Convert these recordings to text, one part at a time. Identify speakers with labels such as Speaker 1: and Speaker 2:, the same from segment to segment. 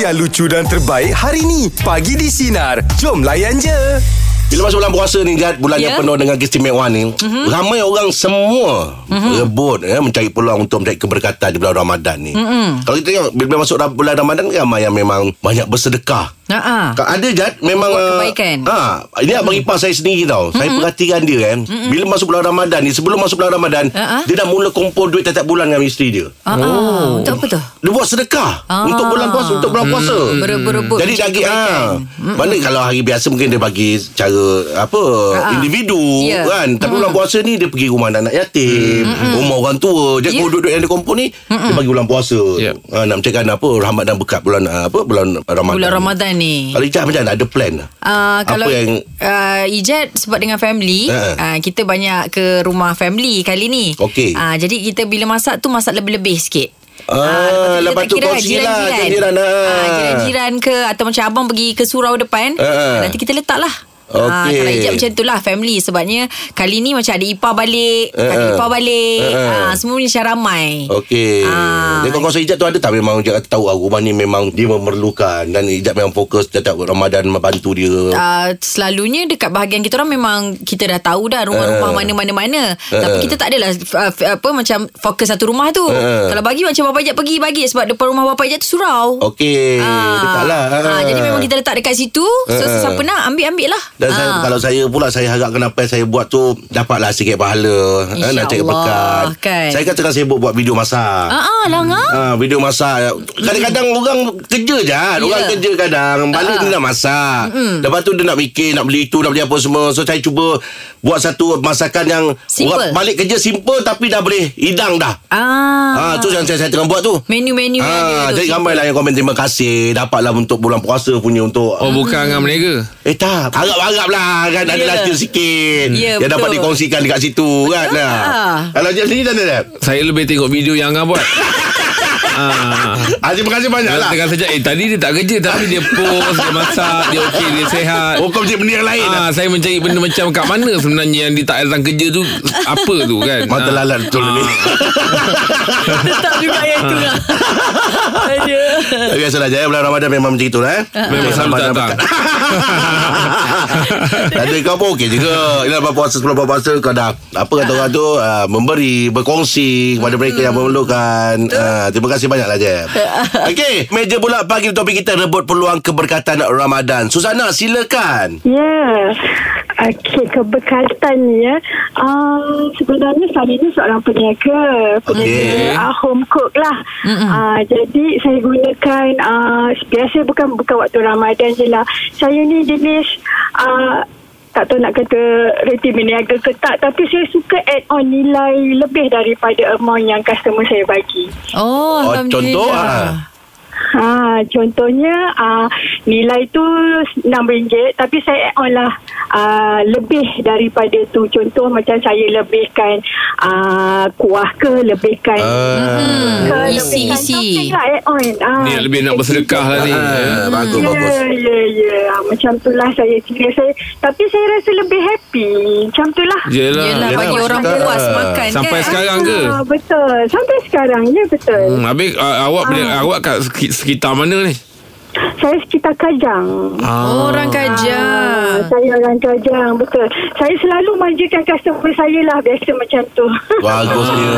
Speaker 1: yang lucu dan terbaik hari ni. Pagi di Sinar. Jom layan je.
Speaker 2: Bila masuk bulan puasa ni Jad Bulan yeah. yang
Speaker 3: Ya. Mhm.
Speaker 2: penuh dengan keistimewaan ni mm-hmm. Ramai orang semua mm-hmm. Rebut ya, Mencari peluang untuk mencari keberkatan Di bulan Ramadan ni
Speaker 3: Mhm.
Speaker 2: mm-hmm. Kalau kita tengok Bila masuk ra- bulan Ramadan Ramai yang memang Banyak bersedekah
Speaker 3: Ha-ha.
Speaker 2: Ka- Ada Jad Memang
Speaker 3: Buat
Speaker 2: uh,
Speaker 3: kebaikan. Mhm.
Speaker 2: ha, Ini abang ipar saya sendiri tau Saya perhatikan dia kan Bila masuk bulan Ramadan ni Sebelum masuk bulan Ramadan
Speaker 3: Ha-ha.
Speaker 2: Dia dah mula kumpul duit Tiap-tiap bulan dengan isteri dia
Speaker 3: Ha-ha. Oh. Untuk apa tu?
Speaker 2: dia buat sedekah
Speaker 3: Ah. Hmm.
Speaker 2: untuk bulan puasa untuk bulan puasa.
Speaker 3: Berebut-rebut Hmm.
Speaker 2: Jadi
Speaker 3: mencari
Speaker 2: daging
Speaker 3: kebaikan.
Speaker 2: ah. Mana kalau hari biasa mungkin dia bagi cara apa
Speaker 3: Ah.
Speaker 2: individu
Speaker 3: Ya. Hmm.
Speaker 2: kan. Tapi bulan puasa ni dia pergi rumah anak-anak yatim, rumah orang tua.
Speaker 3: Ya.
Speaker 2: Dia yeah. duduk yang dia kumpul ni dia bagi bulan puasa.
Speaker 4: Ya.
Speaker 2: Ah, nak mencarikan apa rahmat dan berkat bulan ah, apa bulan Ramadan.
Speaker 3: Bulan Ramadan ni.
Speaker 2: Kalau Ijaz macam mana ada plan? lah.
Speaker 3: Uh,
Speaker 2: Apa
Speaker 3: kalau
Speaker 2: yang-
Speaker 3: uh, Ijat sebab dengan family
Speaker 2: Ha.
Speaker 3: uh, Kita banyak ke rumah family kali ni
Speaker 2: Okey.
Speaker 3: uh, Jadi kita bila masak tu Masak lebih-lebih sikit
Speaker 2: Ah,
Speaker 3: Ah,
Speaker 2: lepas tu
Speaker 3: kita tak
Speaker 2: kongsi lah,
Speaker 3: jiran-jiran
Speaker 2: jiran-jiran, ah.
Speaker 3: Ah, jiran-jiran ke Atau macam abang pergi ke surau depan
Speaker 2: Ah.
Speaker 3: Nanti kita letak lah
Speaker 2: Okey.
Speaker 3: Ah, kalau ijab macam tu lah family Sebabnya kali ni macam ada Ipah balik
Speaker 2: Ah.
Speaker 3: Kakak Ipah balik
Speaker 2: Ah.
Speaker 3: ah, Semua ni macam
Speaker 2: Oh.
Speaker 3: ramai
Speaker 2: Okey.
Speaker 3: Ah.
Speaker 2: Ah. Dia kawan-kawan Ijat tu ada tak memang Ijat tahu ah, rumah ni memang dia memerlukan dan Ijat memang fokus tiap-tiap Ramadan membantu dia.
Speaker 3: uh, selalunya dekat bahagian kita orang memang kita dah tahu dah rumah-rumah
Speaker 2: Eh.
Speaker 3: mana-mana-mana.
Speaker 2: Eh.
Speaker 3: Tapi kita tak adalah uh, f- apa macam fokus satu rumah tu.
Speaker 2: Eh.
Speaker 3: Kalau bagi macam bapak ijat pergi bagi sebab depan rumah bapak ijat tu surau.
Speaker 2: Okey,
Speaker 3: Ah.
Speaker 2: dekat lah.
Speaker 3: Ah, jadi memang kita letak dekat situ. So
Speaker 2: Eh.
Speaker 3: sesiapa nak ambil-ambil lah.
Speaker 2: dan saya,
Speaker 3: Ah.
Speaker 2: kalau saya pula saya harap kenapa saya buat tu dapatlah sikit pahala eh, nak cari
Speaker 3: InsyaAllah,
Speaker 2: pekat.
Speaker 3: kan.
Speaker 2: Saya kan tengah sibuk buat video masak.
Speaker 3: Ah, Hmm. ah lah ngah.
Speaker 2: Ah, video masak Kadang-kadang orang kerja je yeah.
Speaker 3: Ya.
Speaker 2: Orang kerja kadang Balik
Speaker 3: Ah.
Speaker 2: dia nak masak mm
Speaker 3: Hmm.
Speaker 2: Lepas tu dia nak fikir Nak beli itu Nak beli apa semua So saya cuba Buat satu masakan yang
Speaker 3: Simple.
Speaker 2: orang Balik kerja simple Tapi dah boleh hidang dah Ah,
Speaker 3: Ah.
Speaker 2: tu yang saya, saya tengah buat tu
Speaker 3: Menu-menu yang dia
Speaker 2: Ah,
Speaker 3: tu,
Speaker 2: jadi
Speaker 3: simple.
Speaker 2: ramai lah yang komen terima kasih Dapatlah untuk bulan puasa punya untuk
Speaker 4: Oh bukan dengan meniaga
Speaker 2: Eh tak Harap-harap lah Kan yeah. ada
Speaker 3: Ya.
Speaker 2: laju sikit
Speaker 3: Ya,
Speaker 2: Yang dapat
Speaker 3: betul.
Speaker 2: dikongsikan dekat situ Kan nah.
Speaker 3: Ah.
Speaker 2: Kalau Jeb sini tak ada Jeb?
Speaker 4: Saya lebih tengok video yang Angah buat Ah,
Speaker 2: ah, Terima kasih banyak lah
Speaker 4: Dia tengah sejak Eh tadi dia tak kerja Tapi dia post Dia masak Dia okey Dia sehat
Speaker 2: Oh kau macam benda yang lain
Speaker 4: Ah, saya mencari benda macam kat mana sebenarnya yang dia tak datang kerja tu apa tu kan.
Speaker 2: Mata
Speaker 4: Ah.
Speaker 2: lalat betul ni
Speaker 3: Tetap juga yang tu lah. Aduh.
Speaker 2: Tak biasalah Jaya Bulan Ramadan memang macam itulah eh
Speaker 4: Memang selalu tak datang.
Speaker 2: Tapi kau pun okey juga Ini lepas puasa Sebelum lepas puasa Kau dah Apa kata orang tu ah, Memberi Berkongsi Kepada mereka yang memerlukan Ah, Terima kasih banyaklah Jeb Okey Meja pula pagi topik kita Rebut peluang keberkatan Ramadan Susana silakan
Speaker 5: Ya. Okey, keberkatan ni ya. Uh, sebenarnya saya ni seorang peniaga. Peniaga
Speaker 2: Okey.
Speaker 5: uh, home cook lah. Uh, jadi saya gunakan, uh, biasa bukan bukan waktu Ramadan je lah. Saya ni jenis... Uh, tak tahu nak kata reti meniaga ke tak tapi saya suka add on nilai lebih daripada amount yang customer saya bagi
Speaker 2: Oh,
Speaker 3: Oh, Alhamdulillah.
Speaker 2: contoh, ah.
Speaker 5: Ha, contohnya uh, nilai tu RM6 tapi saya add on lah uh, lebih daripada tu. Contoh macam saya lebihkan uh, kuah ke, lebihkan
Speaker 2: Ah.
Speaker 5: ke,
Speaker 3: isi,
Speaker 5: lebihkan
Speaker 3: isi.
Speaker 5: something lah add on. Uh,
Speaker 4: Ni lebih nak bersedekah lah ni.
Speaker 2: Ah, Bagus bagus
Speaker 5: Ya, ya, ya. Macam tu lah saya kira saya. Tapi saya rasa lebih happy. Macam tu lah.
Speaker 4: Yelah.
Speaker 3: Yelah,
Speaker 2: Yelah,
Speaker 3: bagi orang
Speaker 2: maksudnya,
Speaker 3: puas
Speaker 2: ah,
Speaker 3: makan
Speaker 4: sampai
Speaker 3: kan.
Speaker 4: Ya, sekarang ke?
Speaker 5: Ah, betul. Sampai sekarang, ya betul.
Speaker 4: Hmm, habis uh, awak
Speaker 5: Ah.
Speaker 4: uh. awak kat seki- sekitar mana ni?
Speaker 5: Saya sekitar Kajang.
Speaker 4: Ah.
Speaker 3: Orang
Speaker 5: Ah,
Speaker 3: kajang.
Speaker 5: saya orang Kajang betul. Saya selalu manjakan customer saya lah biasa macam tu.
Speaker 2: Bagusnya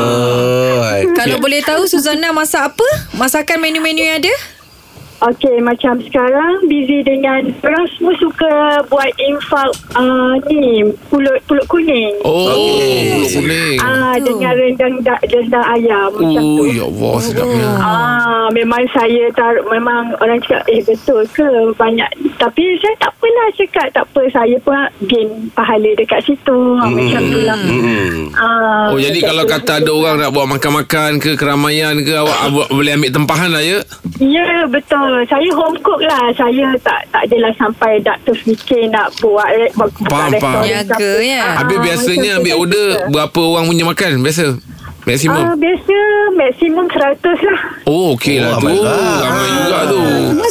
Speaker 3: Kalau boleh tahu Suzana masak apa? Masakan menu-menu yang ada?
Speaker 5: Okey macam sekarang busy dengan orang semua suka buat infak uh, ni pulut pulut kuning.
Speaker 4: Oh,
Speaker 2: Okey.
Speaker 4: kuning.
Speaker 5: Ah dengan rendang da- rendang ayam macam
Speaker 4: Oh,
Speaker 5: tu.
Speaker 4: ya Allah sedapnya.
Speaker 5: Ah, memang saya taruh memang orang cakap eh betul ke banyak tapi saya tak pernah cakap tak apa saya pun gain pahala dekat situ mm. macam tu lah.
Speaker 2: Hmm.
Speaker 5: Ah,
Speaker 4: Oh, jadi
Speaker 5: macam
Speaker 4: kalau
Speaker 5: tu lah.
Speaker 4: kata ada orang nak buat makan-makan ke keramaian ke awak awak boleh ambil tempahan lah ya.
Speaker 5: Ya betul Saya home cook lah Saya tak tak adalah sampai Tak terfikir nak buat re- buat- buka
Speaker 4: Faham,
Speaker 5: restoran
Speaker 4: faham.
Speaker 3: Jaga,
Speaker 5: ke apa.
Speaker 3: ya.
Speaker 5: Ah,
Speaker 4: Habis biasanya
Speaker 5: macam
Speaker 4: ambil
Speaker 5: tu
Speaker 4: order
Speaker 5: saya suka.
Speaker 4: berapa orang punya makan biasa? Maksimum.
Speaker 5: Ah, biasa maksimum 100 lah
Speaker 4: Oh okey lah
Speaker 2: Oh,
Speaker 4: tu
Speaker 2: ramai lah. juga.
Speaker 4: Ramai juga juga tu.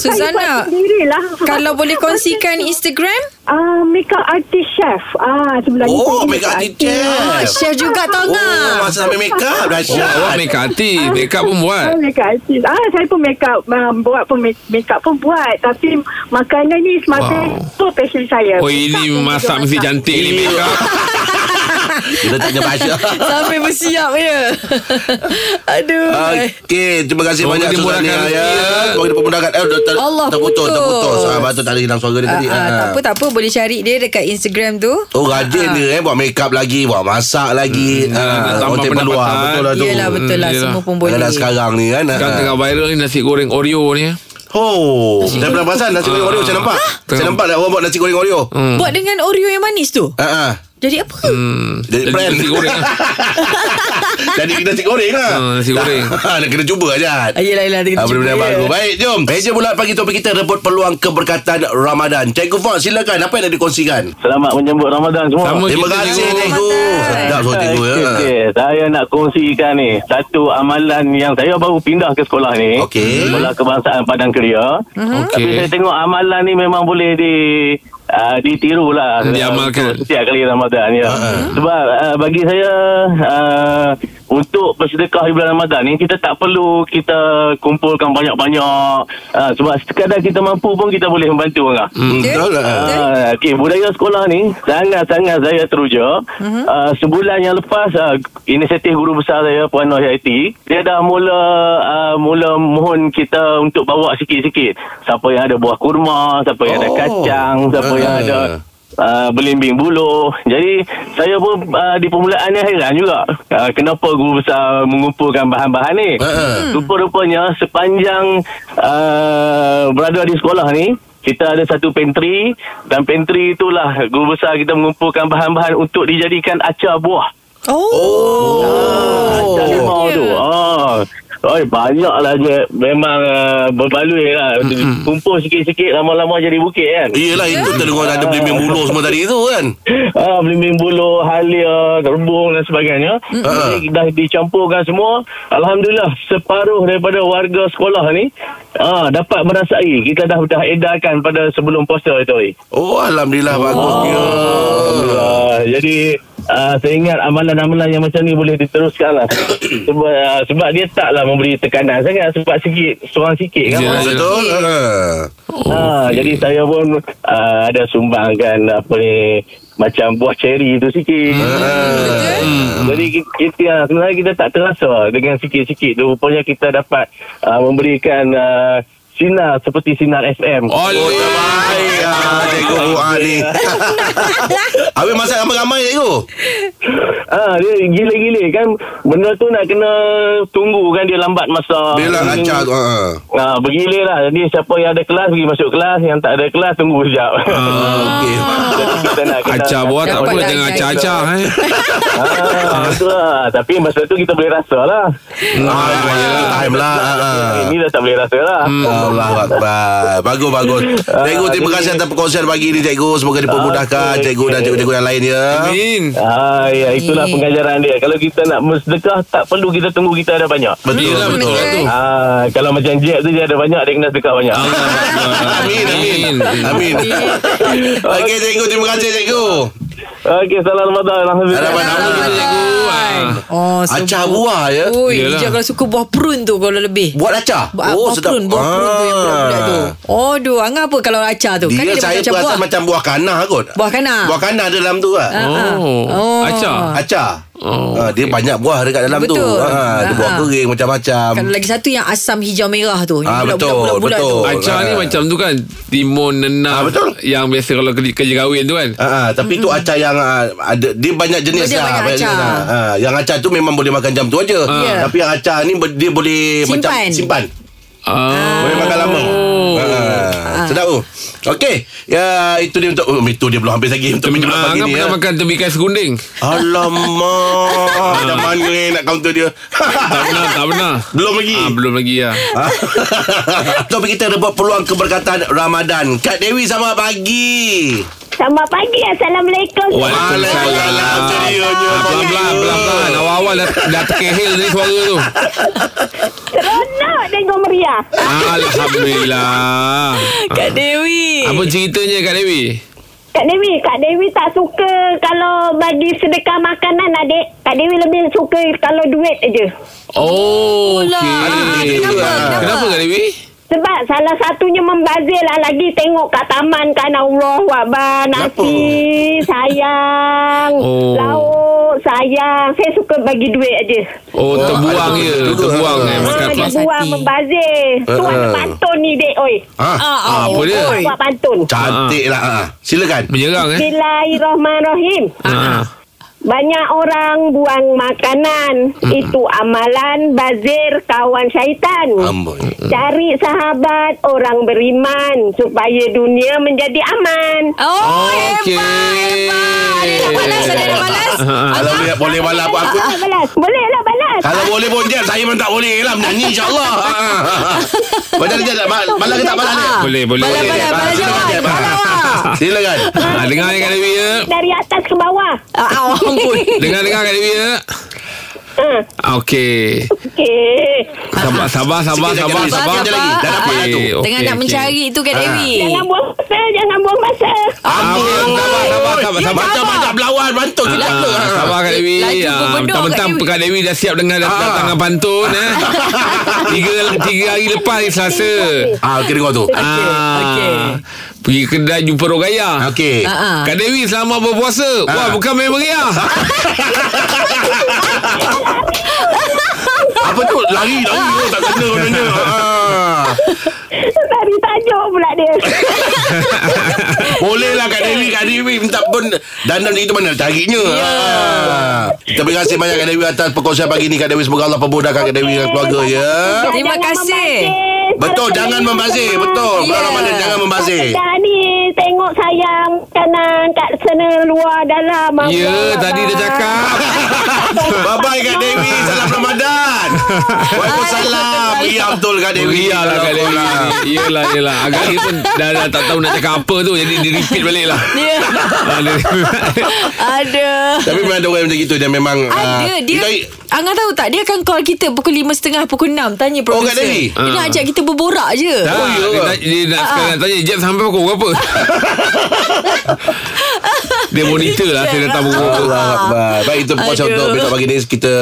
Speaker 3: Suzana,
Speaker 5: Sendirilah
Speaker 3: kalau boleh kongsikan Instagram?
Speaker 5: uh, Makeup artist chef ah, Sebulan
Speaker 2: Oh, make up detail.
Speaker 3: Share juga
Speaker 2: Ya.
Speaker 3: tau
Speaker 2: Oh,
Speaker 3: nak.
Speaker 2: masa sampai make up.
Speaker 4: Oh, awak
Speaker 2: Dahsyat.
Speaker 4: make up artist. Make up pun buat.
Speaker 5: Ah, makeup artist. Ah, saya pun makeup um, buat pun make- makeup pun buat tapi makanan ni semata
Speaker 4: Wow.
Speaker 5: wow. passion saya.
Speaker 4: Oh ini masak mesti cantik ni make up.
Speaker 2: Kita tak ada bahasa.
Speaker 3: Sampai bersiap Ah, ya. Aduh.
Speaker 2: Okey, terima kasih
Speaker 4: Semoga
Speaker 2: banyak
Speaker 4: dimurahkan
Speaker 2: Suzania ya.
Speaker 4: rezeki, ya.
Speaker 2: Semoga dipermudahkan. Eh, ter-
Speaker 3: Allah,
Speaker 2: terputus,
Speaker 3: putus.
Speaker 2: terputus. Ah, patut tak ada hilang suara dia
Speaker 3: Ah,
Speaker 2: tadi.
Speaker 3: ah,
Speaker 2: Ah.
Speaker 3: tak apa tak apa boleh cari dia dekat Instagram tu.
Speaker 2: Oh rajin
Speaker 4: Ah.
Speaker 2: dia eh Buat make up lagi Buat masak lagi hmm, ha,
Speaker 4: nak ah, tambah
Speaker 2: Hotel peluang
Speaker 4: pendapatan.
Speaker 2: Betul lah tu
Speaker 3: Yelah betul lah
Speaker 4: Hmm, yelah.
Speaker 3: semua pun boleh.
Speaker 2: Kadang-kadang sekarang ni kan
Speaker 4: Sekarang
Speaker 2: ah.
Speaker 4: tengah viral ni nasi goreng Oreo ni.
Speaker 2: Oh Saya pernah perasan Nasi goreng
Speaker 4: Ah.
Speaker 2: Oreo Saya nampak Saya
Speaker 4: Tengah-
Speaker 2: nampak dah Orang buat nasi goreng Oreo
Speaker 4: Hmm.
Speaker 3: Buat dengan Oreo yang manis tu.
Speaker 2: Ha, ha.
Speaker 3: Jadi apa?
Speaker 4: Hmm.
Speaker 2: Jadi brand.
Speaker 4: Nasi goreng lah.
Speaker 2: Jadi kita nasi goreng lah
Speaker 4: Ah, nasi goreng.
Speaker 2: Ha, Nak kena cuba Ajat
Speaker 3: Ayolah yelah
Speaker 2: Ah, benda-benda baru Baik jom Meja bulat pagi topik kita Rebut peluang keberkatan Ramadan Cikgu Fah silakan Apa yang nak dikongsikan
Speaker 6: Selamat menyambut Ramadan semua.
Speaker 4: Sama
Speaker 2: Terima
Speaker 4: kita,
Speaker 2: kasih
Speaker 4: Cikgu.
Speaker 2: cikgu
Speaker 3: Ramadan.
Speaker 2: Sedap suara cikgu ya
Speaker 6: Okey, okey. Saya nak kongsikan ni Satu amalan yang saya baru pindah ke sekolah ni
Speaker 2: Okey.
Speaker 6: Sekolah Kebangsaan Padang Keria
Speaker 4: Mhm.
Speaker 6: Tapi
Speaker 4: Okey.
Speaker 6: saya tengok amalan ni memang boleh di uh, ditiru lah
Speaker 4: Hmm, diamalkan.
Speaker 6: Untuk Setiap kali Ramadan ya.
Speaker 2: Ah,
Speaker 6: Sebab uh, bagi saya uh, Untuk bersedekah di bulan Ramadan ni Kita tak perlu kita kumpulkan banyak-banyak uh, Sebab sekadar kita mampu pun kita boleh membantu orang
Speaker 2: Hmm,
Speaker 3: Okey.
Speaker 2: Betul lah
Speaker 3: Betul.
Speaker 6: Ah, Okey, budaya sekolah ni sangat-sangat saya teruja. Uh-huh. Uh, sebulan yang lepas uh, inisiatif guru besar saya Puan Noh Yati, dia dah mula uh, mula mohon kita untuk bawa sikit-sikit. Siapa yang ada buah kurma, siapa yang ada
Speaker 2: Oh.
Speaker 6: kacang, siapa yang
Speaker 2: Ah.
Speaker 6: ada Uh, belimbing buluh Jadi Saya pun uh, Di permulaan ni Hairan juga uh, Kenapa guru besar Mengumpulkan bahan-bahan ni
Speaker 2: Ah.
Speaker 6: Rupa-rupanya sepanjang uh, berada di sekolah ni, kita ada satu pantry dan pantry itulah guru besar kita mengumpulkan bahan-bahan untuk dijadikan acar buah.
Speaker 3: Oh.
Speaker 2: Oh.
Speaker 6: Acar limau tu. Oh. Oi, banyak lah je. Memang uh, berbaloi lah. Kumpul sikit-sikit lama-lama jadi bukit kan.
Speaker 2: Iyalah itu terdengar ada belimbing buluh semua tadi tu kan.
Speaker 6: Ah, belimbing buluh, halia, gerbong dan sebagainya. Jadi dah dicampurkan semua. Alhamdulillah separuh daripada warga sekolah ni ah, dapat merasai. Kita dah dah edarkan pada sebelum puasa itu. eh. hari.
Speaker 2: Oh alhamdulillah ya. bagusnya.
Speaker 6: Ah, jadi ah, saya ingat amalan-amalan yang macam ni boleh diteruskan lah. sebab, ah, sebab dia taklah memberi tekanan sangat sebab sikit, seorang sikit kan.
Speaker 4: Ya.
Speaker 2: Betul. Ha.
Speaker 6: Ah, jadi saya pun uh, ada sumbangkan apa ni macam buah ceri tu sikit. Hmm. Jadi kita, kita sebenarnya kita tak terasa dengan sikit-sikit tu rupanya kita dapat uh, memberikan uh, sinar seperti sinar FM.
Speaker 2: Oh
Speaker 4: Oleh.
Speaker 2: terbaik ah cikgu ah ni. Habis masak ramai-ramai cikgu.
Speaker 6: Ah, dia gila-gila kan benda tu nak kena tunggu kan dia lambat masa.
Speaker 2: Dia lah lancar tu. Ha.
Speaker 6: Ah, bergila lah. Jadi siapa yang ada kelas pergi masuk kelas, yang tak ada kelas tunggu sekejap.
Speaker 2: Ah, Okey.
Speaker 6: Jadi kita nak kena-
Speaker 4: Acah buah tak apa
Speaker 3: Dapat
Speaker 4: Jangan
Speaker 3: guys.
Speaker 4: acah-acah eh.
Speaker 6: Ah, betul lah. Tapi masa tu kita boleh rasa lah. ya.
Speaker 2: Ah, yelah, time lah. Hmm. Ha, ha.
Speaker 6: Ini dah tak boleh rasa lah.
Speaker 2: Allah Akbar Bagus bagus Cikgu terima
Speaker 6: jadi-
Speaker 2: kasih atas perkongsian pagi ni cikgu Semoga dipermudahkan
Speaker 6: Okey,
Speaker 2: cikgu dan
Speaker 6: okey.
Speaker 2: cikgu-cikgu yang lain ya
Speaker 4: Amin.
Speaker 6: Ah, ya, itulah
Speaker 3: Okey.
Speaker 6: pengajaran dia. Kalau kita nak bersedekah, tak perlu kita tunggu kita ada banyak.
Speaker 2: Betul
Speaker 4: Yelah betul lah
Speaker 2: Hmm.
Speaker 4: tu.
Speaker 6: Ah, kalau macam Jack tu dia ada banyak, dia kena sedekah banyak.
Speaker 2: Ah. Amin Amin Amin Okey cikgu terima kasih cikgu
Speaker 6: Okey, salam Ramadan. Alhamdulillah.
Speaker 2: Harapan apa kita cikgu Ah.
Speaker 3: Oh, sebab-
Speaker 2: Acah buah ya
Speaker 3: Ui,
Speaker 4: Yelah.
Speaker 3: Ijaz kalau suka buah prune tu kalau lebih.
Speaker 2: Buat acah
Speaker 3: Buah, oh, buah prune, buah prune tu yang budak-budak tu. Oh, doh, angan apa kalau acah tu?
Speaker 2: Ah. Dia
Speaker 3: kan dia
Speaker 2: saya
Speaker 3: macam
Speaker 2: perasan
Speaker 3: buah.
Speaker 2: macam buah kanah kot
Speaker 3: Buah kanah.
Speaker 2: Buah kanah ada dalam tu lah
Speaker 4: Oh.
Speaker 3: Oh.
Speaker 4: Acah.
Speaker 2: Acah
Speaker 4: Oh,
Speaker 2: Ah, Dia banyak buah dekat dalam tu
Speaker 3: Betul.
Speaker 2: Ah, Dia
Speaker 3: Ah.
Speaker 2: buah kering macam-macam
Speaker 3: Kalau lagi satu yang asam hijau merah tu. Yang
Speaker 2: Ah,
Speaker 3: bulat-bulat,
Speaker 2: betul,
Speaker 3: bulat-bulat tu.
Speaker 2: betul.
Speaker 4: Acah ni
Speaker 2: Ah.
Speaker 4: macam tu kan Timun nenak
Speaker 2: Ah, betul.
Speaker 4: Yang biasa kalau kerja, kerja kahwin tu kan
Speaker 2: Ah, ah, tapi tu acar yang ah, ada dia banyak jenis
Speaker 3: Dia
Speaker 2: lah.
Speaker 3: banyak acar.
Speaker 2: jenis lah. Ah, yang acar tu memang boleh makan jam tu aja.
Speaker 3: Ya.
Speaker 2: Tapi yang acar ni ber- dia boleh
Speaker 3: Simpan. Oh.
Speaker 2: macam simpan.
Speaker 4: ah.
Speaker 2: Boleh makan lama. Ah, sedap tu. Okey. Ya itu dia untuk oh, itu dia belum habis lagi untuk minum
Speaker 4: Ah,
Speaker 2: pagi
Speaker 4: Angah
Speaker 2: ni.
Speaker 4: pernah
Speaker 2: Ya.
Speaker 4: makan tembikai segunding
Speaker 2: Alamak. Ada mana eh nak counter dia.
Speaker 4: Tak pernah Tak pernah
Speaker 2: belum lagi.
Speaker 4: ah, Belum lagi ya.
Speaker 2: Topik kita rebut peluang keberkatan Ramadan. Kak Dewi sama pagi.
Speaker 7: Selamat pagi. Assalamualaikum.
Speaker 2: Waalaikumsalam. Serianya,
Speaker 4: Ah, Pelan-pelan Pelan-pelan Awal-awal dah, dah terkehil Dari suara tu
Speaker 7: Seronok tengok meriah.
Speaker 4: Alhamdulillah
Speaker 3: Kak Dewi.
Speaker 4: Apa ceritanya Kak Dewi?
Speaker 7: Kak Dewi, Kak Dewi tak suka kalau bagi sedekah makanan adik. Kak Dewi lebih suka kalau duit aje.
Speaker 4: Oh,
Speaker 3: Itulah.
Speaker 4: okay.
Speaker 3: lah. Kenapa? Kenapa?
Speaker 4: Kenapa Kak Dewi?
Speaker 7: Sebab salah satunya membazir lah lagi tengok kat taman kan Allah Wabah nasi sayang
Speaker 4: Oh.
Speaker 7: lauk sayang saya suka bagi duit aje.
Speaker 4: Oh, terbuang
Speaker 2: ada
Speaker 4: je
Speaker 2: duduk tu.
Speaker 4: Terbuang
Speaker 2: Ah,
Speaker 4: eh Makan
Speaker 7: Ah, dia
Speaker 4: plastik
Speaker 3: plastik.
Speaker 7: buang membazir.
Speaker 2: Ah,
Speaker 7: Tuan
Speaker 2: ah.
Speaker 7: pantun ni dek oi.
Speaker 2: Ha?
Speaker 4: Ah, Apa dia?
Speaker 7: Tuan buat pantun.
Speaker 2: Cantik lah. ah. Silakan.
Speaker 4: Menyerang eh
Speaker 7: Bismillahirrahmanirrahim.
Speaker 4: Ah.
Speaker 7: Banyak orang buang makanan. Itu amalan bazir kawan syaitan.
Speaker 2: Amboi.
Speaker 7: Cari sahabat orang beriman supaya dunia menjadi aman.
Speaker 3: Oh,
Speaker 4: Okey.
Speaker 3: hebat, hebat. Ada nak balas, ada nak balas.
Speaker 4: Ha.
Speaker 2: Kalau boleh, boleh balap aku.
Speaker 7: Ah, balas. Boleh lah balas.
Speaker 2: Kalau boleh pun jam Saya pun tak boleh lah Menyanyi insyaAllah Ha, ha, ha. Macam mana jam Malah ke tak malah ni
Speaker 4: Boleh, boleh
Speaker 3: Balas,
Speaker 4: boleh.
Speaker 3: balas,
Speaker 2: Ah,
Speaker 3: balas
Speaker 2: silakan,
Speaker 3: jawab.
Speaker 2: Jeb. Ah. Silakan
Speaker 4: Ah, dengar ni Kak Dewi ya
Speaker 7: Dari atas ke bawah.
Speaker 3: Ah, awam pun.
Speaker 4: Dengar-dengar Kak Dewi ya
Speaker 2: Hmm.
Speaker 7: Ah,
Speaker 4: Ah, Okey
Speaker 2: Eh.
Speaker 7: Okey.
Speaker 4: Sabar, sabar, sabar,
Speaker 2: Sikit lagi, Kak Dewi.
Speaker 4: sabar, sabar.
Speaker 2: Sikit lagi. Dah dapat
Speaker 4: Okey,
Speaker 2: dah tu.
Speaker 4: okey,
Speaker 3: Tengah nak
Speaker 4: okey.
Speaker 3: mencari tu Kak Dewi.
Speaker 7: Jangan buang masa. Jangan buang masa.
Speaker 2: Ah.
Speaker 4: Amboi. Sabar, sabar, sabar, sabar.
Speaker 2: Macam-macam lawan Bantu kita
Speaker 4: Ah,
Speaker 2: apa Ha,
Speaker 4: sabar Kak Dewi
Speaker 3: Laju
Speaker 4: Ah,
Speaker 3: berbentuk,
Speaker 4: Mentang-mentang
Speaker 3: Kak Dewi.
Speaker 4: Kak Dewi dah siap dengan dat-
Speaker 2: Ah.
Speaker 4: datangan pantun eh. tiga, tiga hari lepas hari Selasa
Speaker 2: Ah, okey dengar tu
Speaker 4: ah,
Speaker 3: okey.
Speaker 4: Pergi kedai jumpa Rogaya
Speaker 2: Okey
Speaker 3: Ah, ah.
Speaker 4: Kak Dewi selamat berpuasa Wah bukan main meriah
Speaker 2: Apa tu Lari, lari oh, Tak kena kononnya Ah.
Speaker 7: Dari tajuk pula dia.
Speaker 2: Eh. Boleh lah Kak Dewi Kak Dewi minta pun Dandan itu mana carinya Ah. Terima kasih banyak Kak Dewi Atas perkongsian pagi ni Kak Dewi Semoga Allah permudahkan Kak Dewi Dengan keluarga ya
Speaker 3: Terima
Speaker 7: Jangan
Speaker 3: kasih.
Speaker 7: membazir.
Speaker 2: Betul
Speaker 7: Kalau
Speaker 2: jangan
Speaker 7: kena
Speaker 2: membazir
Speaker 7: kita-
Speaker 2: Betul
Speaker 3: Ya.
Speaker 2: Kalau mana jangan membazir
Speaker 7: Dah ni tengok sayang kanan kat sana luar dalam.
Speaker 4: Ya
Speaker 7: Allah,
Speaker 4: tadi dia
Speaker 7: abang.
Speaker 4: cakap
Speaker 2: Bye bye Kak Dewi Salam Ramadan Waalaikumsalam Pergi Abdul Kak Dewi
Speaker 4: Meriah lah Kak Dewi Yelah yelah Agak dia pun dah, dah tak tahu nak cakap apa tu Jadi dia repeat balik lah
Speaker 3: Ya.
Speaker 4: Ah, dia-
Speaker 3: Ada.
Speaker 2: Tapi memang ada orang macam gitu Dia memang ah,
Speaker 3: Ada dia
Speaker 2: kita-
Speaker 3: Angah tahu tak Dia akan call kita Pukul 5.30 Pukul 6 Tanya
Speaker 2: Oh,
Speaker 3: producer
Speaker 2: Kak Dewi?
Speaker 3: Dia nak ajak kita berborak je
Speaker 4: Dah,
Speaker 2: Oh, ya.
Speaker 4: dia, nak, dia nak sekarang tanya Jeb sampai pukul berapa Dia monitor lah Saya datang pukul berapa
Speaker 2: Allah Akbar Baik itu perkongsian
Speaker 3: Aduh.
Speaker 2: untuk Besok pagi ni kita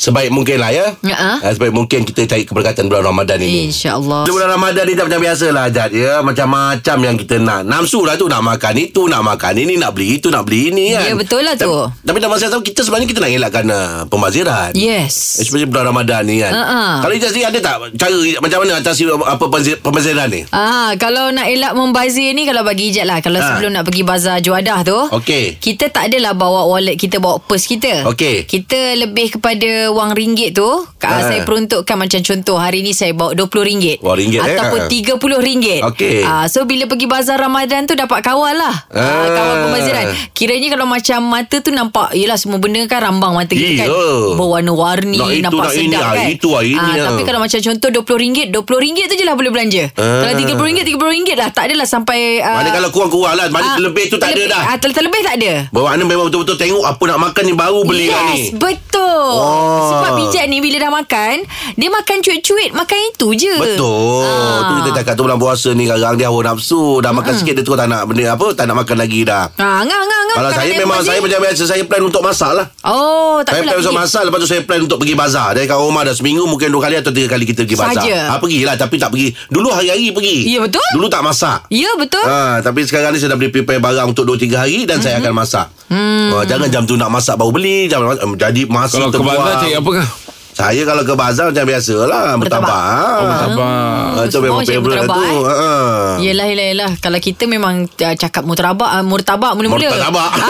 Speaker 2: Sebaik mungkin lah ya Ah,
Speaker 3: Ya.
Speaker 2: Sebaik mungkin kita cari keberkatan bulan Ramadan ini
Speaker 3: InsyaAllah
Speaker 2: Sebelum bulan Ramadan ni dah macam biasa lah Jad ya Macam-macam yang kita nak Nafsu lah tu Nak makan itu Nak makan ini Nak beli itu Nak beli ini kan
Speaker 3: Ya, betul lah tu.
Speaker 2: Tapi, tapi dalam masa yang sama Kita sebenarnya kita nak elakkan uh, Pembaziran
Speaker 3: Yes
Speaker 2: Especially bulan Ramadan ni kan
Speaker 3: Uh-uh.
Speaker 2: Kalau Ijaz ni ada tak Cara macam mana Atasi apa, pembazir- pembaziran ni
Speaker 3: Ah, kalau nak elak membazir ni kalau bagi ijat lah. Kalau
Speaker 2: Ah.
Speaker 3: sebelum nak pergi bazar juadah tu,
Speaker 2: Okey.
Speaker 3: kita tak adalah bawa wallet kita bawa purse kita.
Speaker 2: Okey.
Speaker 3: Kita lebih kepada wang ringgit tu.
Speaker 2: Ah.
Speaker 3: Ah. Saya peruntukkan macam contoh hari ni saya bawa RM20.
Speaker 2: Wang ringgit, eh.
Speaker 3: ataupun
Speaker 2: Ah.
Speaker 3: RM30.
Speaker 2: Okey.
Speaker 3: Ah, so bila pergi bazar Ramadan tu dapat kawal lah.
Speaker 2: Ah.
Speaker 3: Ah. kawal pembaziran. Kiranya kalau macam mata tu nampak yelah semua benda kan rambang mata kita kan.
Speaker 2: Iya.
Speaker 3: Berwarna-warni
Speaker 2: Nak itu,
Speaker 3: nampak
Speaker 2: nak ini,
Speaker 3: sedap
Speaker 2: ah,
Speaker 3: kan.
Speaker 2: itu, ah, ini,
Speaker 3: Ah,
Speaker 2: ah.
Speaker 3: tapi kalau macam contoh RM20 RM20 tu je lah boleh belanja
Speaker 2: Ah.
Speaker 3: Kalau RM30 RM30 lah Tak adalah sampai uh,
Speaker 2: Mana kalau kurang-kurang lah Mana
Speaker 3: ah,
Speaker 2: lebih tu tak ada
Speaker 3: terlebih-
Speaker 2: dah
Speaker 3: ah, ter- Terlebih tak ada
Speaker 2: Bermakna memang betul-betul tengok Apa nak makan ni Baru beli
Speaker 3: yes,
Speaker 2: lah ni
Speaker 3: betul
Speaker 2: Wah.
Speaker 3: Sebab bijak ni Bila dah makan Dia makan cuit-cuit Makan itu je
Speaker 2: Betul
Speaker 3: Ah.
Speaker 2: Tu kita cakap tu bulan puasa ni Kadang dia hawa nafsu Dah makan sikit Dia tu tak nak benda apa Tak nak makan lagi dah
Speaker 3: Ah, ngah, ngah, ngah.
Speaker 2: Kalau
Speaker 3: Bukan
Speaker 2: saya
Speaker 3: ada
Speaker 2: memang
Speaker 3: emosi.
Speaker 2: Saya macam biasa Saya plan untuk masak lah
Speaker 3: Oh
Speaker 2: saya
Speaker 3: tak apalah
Speaker 2: plan untuk
Speaker 3: pergi.
Speaker 2: masak Lepas tu saya plan untuk pergi bazar Dari kat rumah dah seminggu Mungkin dua kali atau tiga kali Kita pergi bazar
Speaker 3: Saja.
Speaker 2: ha, Pergilah tapi tak pergi Dulu hari-hari pergi
Speaker 3: Ya, betul.
Speaker 2: Dulu tak masak
Speaker 3: Ya Mhm. betul
Speaker 2: Ha, tapi sekarang ni saya dah boleh prepare barang untuk 2-3 hari dan mm-hmm. saya akan masak. Hmm. Ha, jangan jam tu nak masak baru beli. Jangan, eh, jadi masa
Speaker 4: Kalau ke
Speaker 2: terbuang.
Speaker 4: bazar cari apa kah
Speaker 2: Saya kalau ke bazar macam biasa lah. Bertambah.
Speaker 4: Oh, Abang
Speaker 2: Ah, Itu
Speaker 3: Semua eh?
Speaker 2: memang
Speaker 3: cari
Speaker 2: favourite lah tu.
Speaker 3: berterabak,
Speaker 2: Ha, ha.
Speaker 3: Yelah, yelah, yelah. Kalau kita memang uh, cakap murtabak, uh, murtabak mula-mula.
Speaker 2: Murtabak.
Speaker 3: Ah.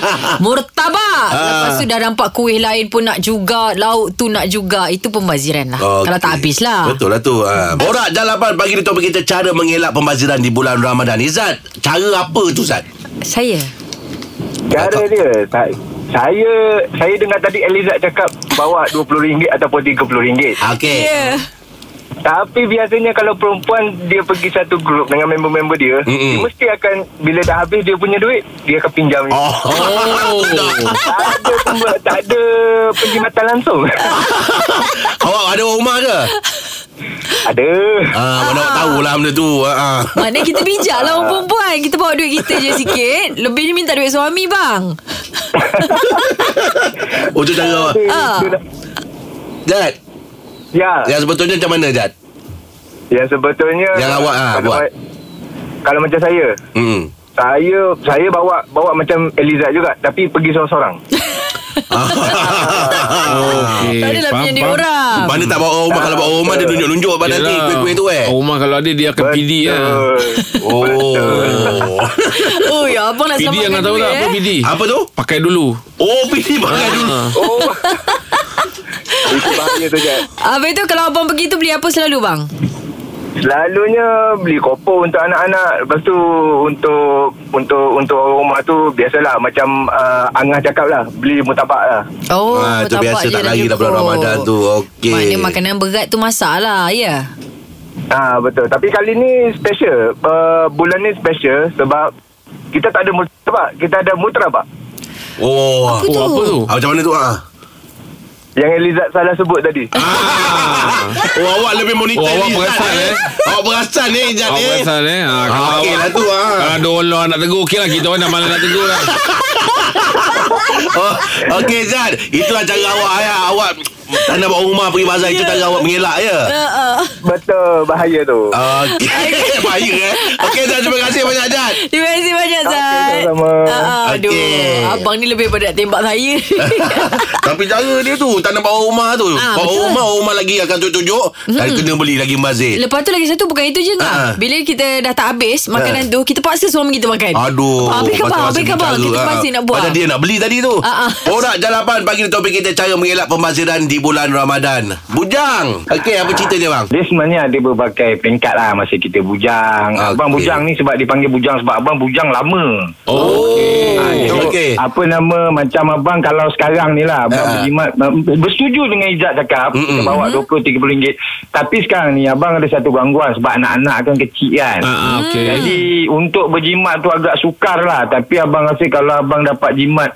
Speaker 3: murtabak.
Speaker 2: Ah.
Speaker 3: Lepas tu dah nampak kuih lain pun nak juga, lauk tu nak juga. Itu pembaziran lah.
Speaker 2: Ah, Okey.
Speaker 3: Kalau tak habis lah.
Speaker 2: Betul lah tu ha. Borak jalapan Bagi di topik kita Cara mengelak pembaziran Di bulan Ramadan Izzat Cara apa tu Zat?
Speaker 3: Saya?
Speaker 6: Cara dia sa- Saya Saya dengar tadi Elizad cakap Bawa RM20 ataupun RM30
Speaker 2: Okey
Speaker 3: Ya.
Speaker 6: Tapi biasanya kalau perempuan dia pergi satu grup dengan member-member dia,
Speaker 2: Mm-mm.
Speaker 6: dia mesti akan bila dah habis dia punya duit, dia akan pinjam.
Speaker 2: Oh.
Speaker 4: Oh.
Speaker 6: Tak ada pembe- tak ada penjimatan langsung.
Speaker 2: Awak ada orang rumah ke?
Speaker 6: ada.
Speaker 2: Ah, mana awak tahulah benda tu. Ah, ah.
Speaker 3: Maknanya kita bijak lah orang perempuan Kita bawa duit kita je sikit Lebih ni minta duit suami bang
Speaker 2: Oh, tu cara awak.
Speaker 3: Ah.
Speaker 6: Dia nak-
Speaker 2: Jad,
Speaker 6: Ya.
Speaker 2: yang sebetulnya macam mana, Jad?
Speaker 6: Yang sebetulnya
Speaker 2: Yang awak, ah,
Speaker 6: kalau,
Speaker 2: buat.
Speaker 6: kalau macam saya,
Speaker 2: Hmm.
Speaker 6: saya saya bawa bawa macam Eliza juga tapi pergi seorang-seorang.
Speaker 2: Ah. Eh,
Speaker 4: Okey.
Speaker 3: Tak adalah punya duit orang
Speaker 2: Mana tak bawa orang rumah Kalau bawa orang rumah Dia nunjuk-nunjuk Pada nanti kuih-kuih tu eh
Speaker 4: Rumah kalau ada Dia akan PD lah
Speaker 2: Oh
Speaker 3: Oh ya abang nak
Speaker 4: PD
Speaker 3: selamatkan
Speaker 4: yang nak tahu
Speaker 3: duit eh.
Speaker 4: tak Apa PD
Speaker 2: Apa tu?
Speaker 4: Pakai dulu
Speaker 2: Oh pilih pakai dulu
Speaker 4: Ah.
Speaker 6: Oh. Itu bahaya tu Jad
Speaker 3: Habis tu kalau abang pergi tu beli apa selalu bang?
Speaker 6: Selalunya beli koper untuk anak-anak Lepas tu untuk untuk untuk orang rumah tu Biasalah macam uh, Angah cakap lah Beli murtabak lah
Speaker 3: Oh,
Speaker 2: Ah, tu
Speaker 3: tapak
Speaker 2: biasa
Speaker 3: je
Speaker 2: tak
Speaker 3: dah
Speaker 2: lari dah
Speaker 3: cukup.
Speaker 2: bulan Ramadan tu. Okey.
Speaker 3: Maknanya makanan berat tu masak lah, ya?
Speaker 6: ha, Betul Tapi kali ni special uh, Bulan ni special sebab Kita tak ada murtabak Kita ada mutrabak
Speaker 2: Oh
Speaker 3: Apa tu?
Speaker 4: Oh apa tu
Speaker 2: Ah, Macam mana tu ah?
Speaker 6: Yang Elizad salah sebut tadi
Speaker 2: Oh awak lebih monitor
Speaker 4: Oh, awak
Speaker 2: ni, Zat,
Speaker 4: perasan, eh?
Speaker 2: Awak perasan eh Jad
Speaker 4: Awak
Speaker 2: eh
Speaker 4: perasan eh ha, Kalau
Speaker 2: Ah, Okey
Speaker 4: awak
Speaker 2: lah tu ah.
Speaker 4: Kalau ada orang luar nak tegur Okey lah kita orang dah malas nak tegur lah
Speaker 2: Oh, Okey Zat Itulah cara awak ya. Awak Tak nak bawa rumah Pergi bazar Itu cara awak mengelak ya
Speaker 6: Betul bahaya tu
Speaker 2: Okey Baik eh Okey Zat terima kasih banyak Zat
Speaker 3: Terima kasih banyak, Zat.
Speaker 6: sama-sama.
Speaker 3: Ah, aduh,
Speaker 2: Okey.
Speaker 3: abang ni lebih pada tembak saya.
Speaker 2: Tapi cara dia tu Tak nak bawa rumah tu
Speaker 3: Ah,
Speaker 2: Bawa
Speaker 3: betul.
Speaker 2: rumah Rumah lagi akan tunjuk-tunjuk Dan kena beli lagi mazir
Speaker 3: Lepas tu lagi satu bukan itu je
Speaker 2: Ah.
Speaker 3: kan. Bila kita dah tak habis makanan tu, kita paksa suami kita makan.
Speaker 2: Aduh
Speaker 3: Habis ke bang?
Speaker 2: masa-masa
Speaker 3: Habis ke bang?
Speaker 2: bicara.
Speaker 3: Kita
Speaker 2: Ah,
Speaker 3: paksa nak buat.
Speaker 2: Padahal dia nak beli tadi tu
Speaker 3: Ah, ah.
Speaker 2: Orang jalapan Pagi ni topik kita Cara mengelak pembaziran Di bulan Ramadan Bujang Okey apa cerita dia bang?
Speaker 6: Dia sebenarnya ada berbagai peringkat lah Masa kita bujang
Speaker 2: Okey.
Speaker 6: Abang bujang ni sebab dipanggil bujang Sebab abang bujang lama
Speaker 4: Oh
Speaker 6: ah,
Speaker 2: Oh, Okey
Speaker 6: Apa nama macam abang kalau sekarang ni lah abang
Speaker 2: Ha.
Speaker 6: berjimat bersetuju dengan Ijaz cakap kita
Speaker 2: Mm-mm.
Speaker 6: bawa RM20 RM30. Tapi sekarang ni abang ada satu gangguan sebab anak-anak kan kecil kan.
Speaker 4: ah, ah, Okey
Speaker 6: Jadi untuk berjimat tu agak sukar lah tapi abang rasa kalau abang dapat jimat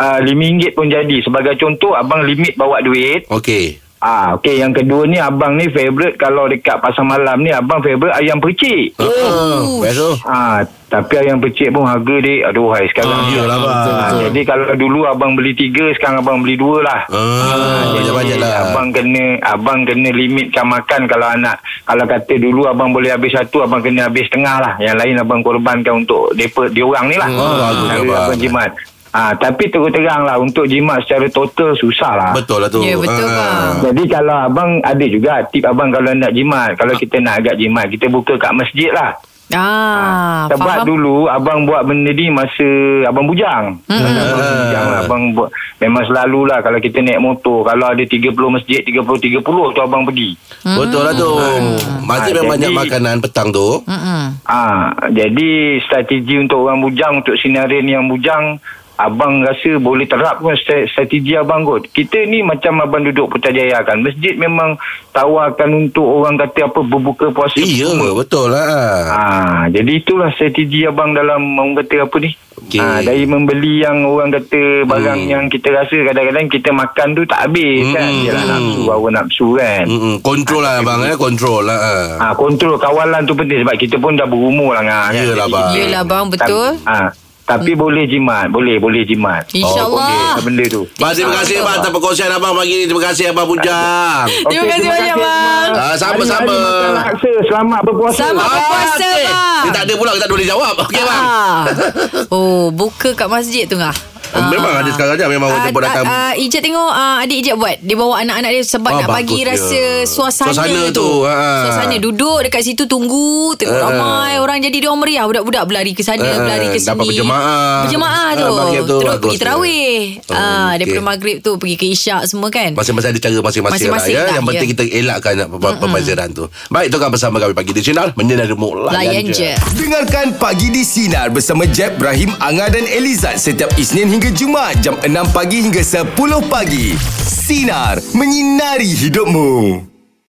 Speaker 6: Uh, RM5 pun jadi Sebagai contoh Abang limit bawa duit
Speaker 2: Okey
Speaker 6: Ah, okay, Yang kedua ni Abang ni favourite Kalau dekat pasar malam ni Abang favourite ayam percik
Speaker 2: Oh Lepas tu
Speaker 6: Ah, Tapi ayam percik pun harga dia Aduhai sekarang ni
Speaker 2: Yelah lah, bang
Speaker 6: Ah, jadi kalau dulu abang beli tiga sekarang abang beli dua lah.
Speaker 2: Ah, banyak-banyak
Speaker 6: Jadi,
Speaker 2: lah.
Speaker 6: Abang kena abang kena limitkan makan kalau anak kalau kata dulu abang boleh habis satu abang kena habis setengah lah. Yang lain abang korbankan untuk depa dia orang ni lah.
Speaker 2: Ah, bagus,
Speaker 6: Cara
Speaker 2: abang.
Speaker 6: abang jimat. Ah, tapi terus terang lah untuk jimat secara total susah lah.
Speaker 2: Betul lah tu
Speaker 3: Ya, betul,
Speaker 2: Ah.
Speaker 3: bang.
Speaker 6: Jadi kalau abang ada juga tip abang kalau nak jimat. Kalau kita nak agak jimat kita buka kat masjid lah.
Speaker 3: Ah,
Speaker 6: Sebab
Speaker 3: faham.
Speaker 6: dulu abang buat benda ni masa abang bujang. Hmm. Abang bujang lah. abang buat memang selalulah kalau kita naik motor kalau ada 30 masjid 30 30 tu abang pergi.
Speaker 3: Hmm.
Speaker 2: Betul lah tu Masih
Speaker 6: Ah,
Speaker 2: memang banyak
Speaker 6: jadi-
Speaker 2: makanan petang tu
Speaker 3: Mm-mm.
Speaker 6: Ah ha, jadi strategi untuk orang bujang untuk sinarian yang bujang abang rasa boleh terapkan stra- strategi abang kot. Kita ni macam abang duduk Putrajaya kan. Masjid memang tawarkan untuk orang kata apa berbuka puasa.
Speaker 2: Iya betul lah
Speaker 6: Ah, jadi itulah strategi abang dalam orang kata apa ni?
Speaker 2: Okey.
Speaker 6: Okay. Ah, dari membeli yang orang kata barang
Speaker 2: Hmm.
Speaker 6: yang kita rasa kadang-kadang kita makan tu tak habis hmm. kan.
Speaker 2: Hmm.
Speaker 6: Yalah nafsu bawa nafsu kan. Hmm.
Speaker 2: Mm-mm, Kontrol lah bang eh Kontrol lah ah.
Speaker 6: Ah, kontrol kawalan tu penting sebab kita pun dah berumur lah kan.
Speaker 2: Yelah,
Speaker 6: Jadi,
Speaker 2: bang.
Speaker 3: Yelah bang, betul.
Speaker 6: Tapi, ah, tapi boleh jimat, boleh boleh jimat.
Speaker 3: InsyaAllah.
Speaker 6: Boleh benda tu.
Speaker 2: Bang, Oh, terima kasih bang atas perkongsian abang pagi ni. Terima kasih abang Bujang.
Speaker 3: Terima
Speaker 6: Okey,
Speaker 3: kasih banyak, bang.
Speaker 6: semua.
Speaker 2: Ah, sama-sama.
Speaker 6: Hari-hari makan laksa. Selamat berpuasa.
Speaker 3: Selamat
Speaker 2: Ah,
Speaker 3: berpuasa,
Speaker 2: eh,
Speaker 3: bang.
Speaker 2: Dia tak ada pula, kita tak boleh jawab. Okey bang.
Speaker 3: Ah. Oh, buka kat masjid tu ngah.
Speaker 2: Oh,
Speaker 3: Ah.
Speaker 2: memang ada sekarang je, memang orang jemput datang.
Speaker 3: uh, Ijat tengok uh, Adik Ijat buat Dia bawa anak-anak dia Sebab
Speaker 2: Ah,
Speaker 3: nak
Speaker 2: bagus
Speaker 3: bagi
Speaker 2: dia.
Speaker 3: rasa Suasana,
Speaker 2: Suasana
Speaker 3: tu,
Speaker 2: tu, ah.
Speaker 3: Suasana Duduk dekat situ Tunggu Tengok
Speaker 2: Ah.
Speaker 3: ramai Orang jadi dia orang meriah Budak-budak berlari ke sana
Speaker 2: Ah,
Speaker 3: Berlari ke sini
Speaker 2: dapat berjemaah.
Speaker 3: Berjemaah
Speaker 2: Ah,
Speaker 3: tu
Speaker 2: maghrib tu,
Speaker 3: Terus pergi
Speaker 2: bagus dia.
Speaker 3: terawih
Speaker 2: Oh,
Speaker 3: Ah,
Speaker 2: okey.
Speaker 3: Daripada maghrib tu Pergi ke isyak semua kan
Speaker 2: Masing-masing ada cara masing-masing, lah,
Speaker 3: Masing-masing
Speaker 2: ya.
Speaker 3: lah,
Speaker 2: Yang
Speaker 3: ya.
Speaker 2: penting kita elakkan pe- pembaziran tu. Baik, tu kan bersama kami pagi di Sinar. Menyinari mulut.
Speaker 3: Layan je
Speaker 1: Dengarkan Pagi di Sinar bersama Jeb, Ibrahim, Anga dan Elizad setiap Isnin hingga Jumaat jam 6 pagi hingga 10 pagi. Sinar. Menyinari hidupmu.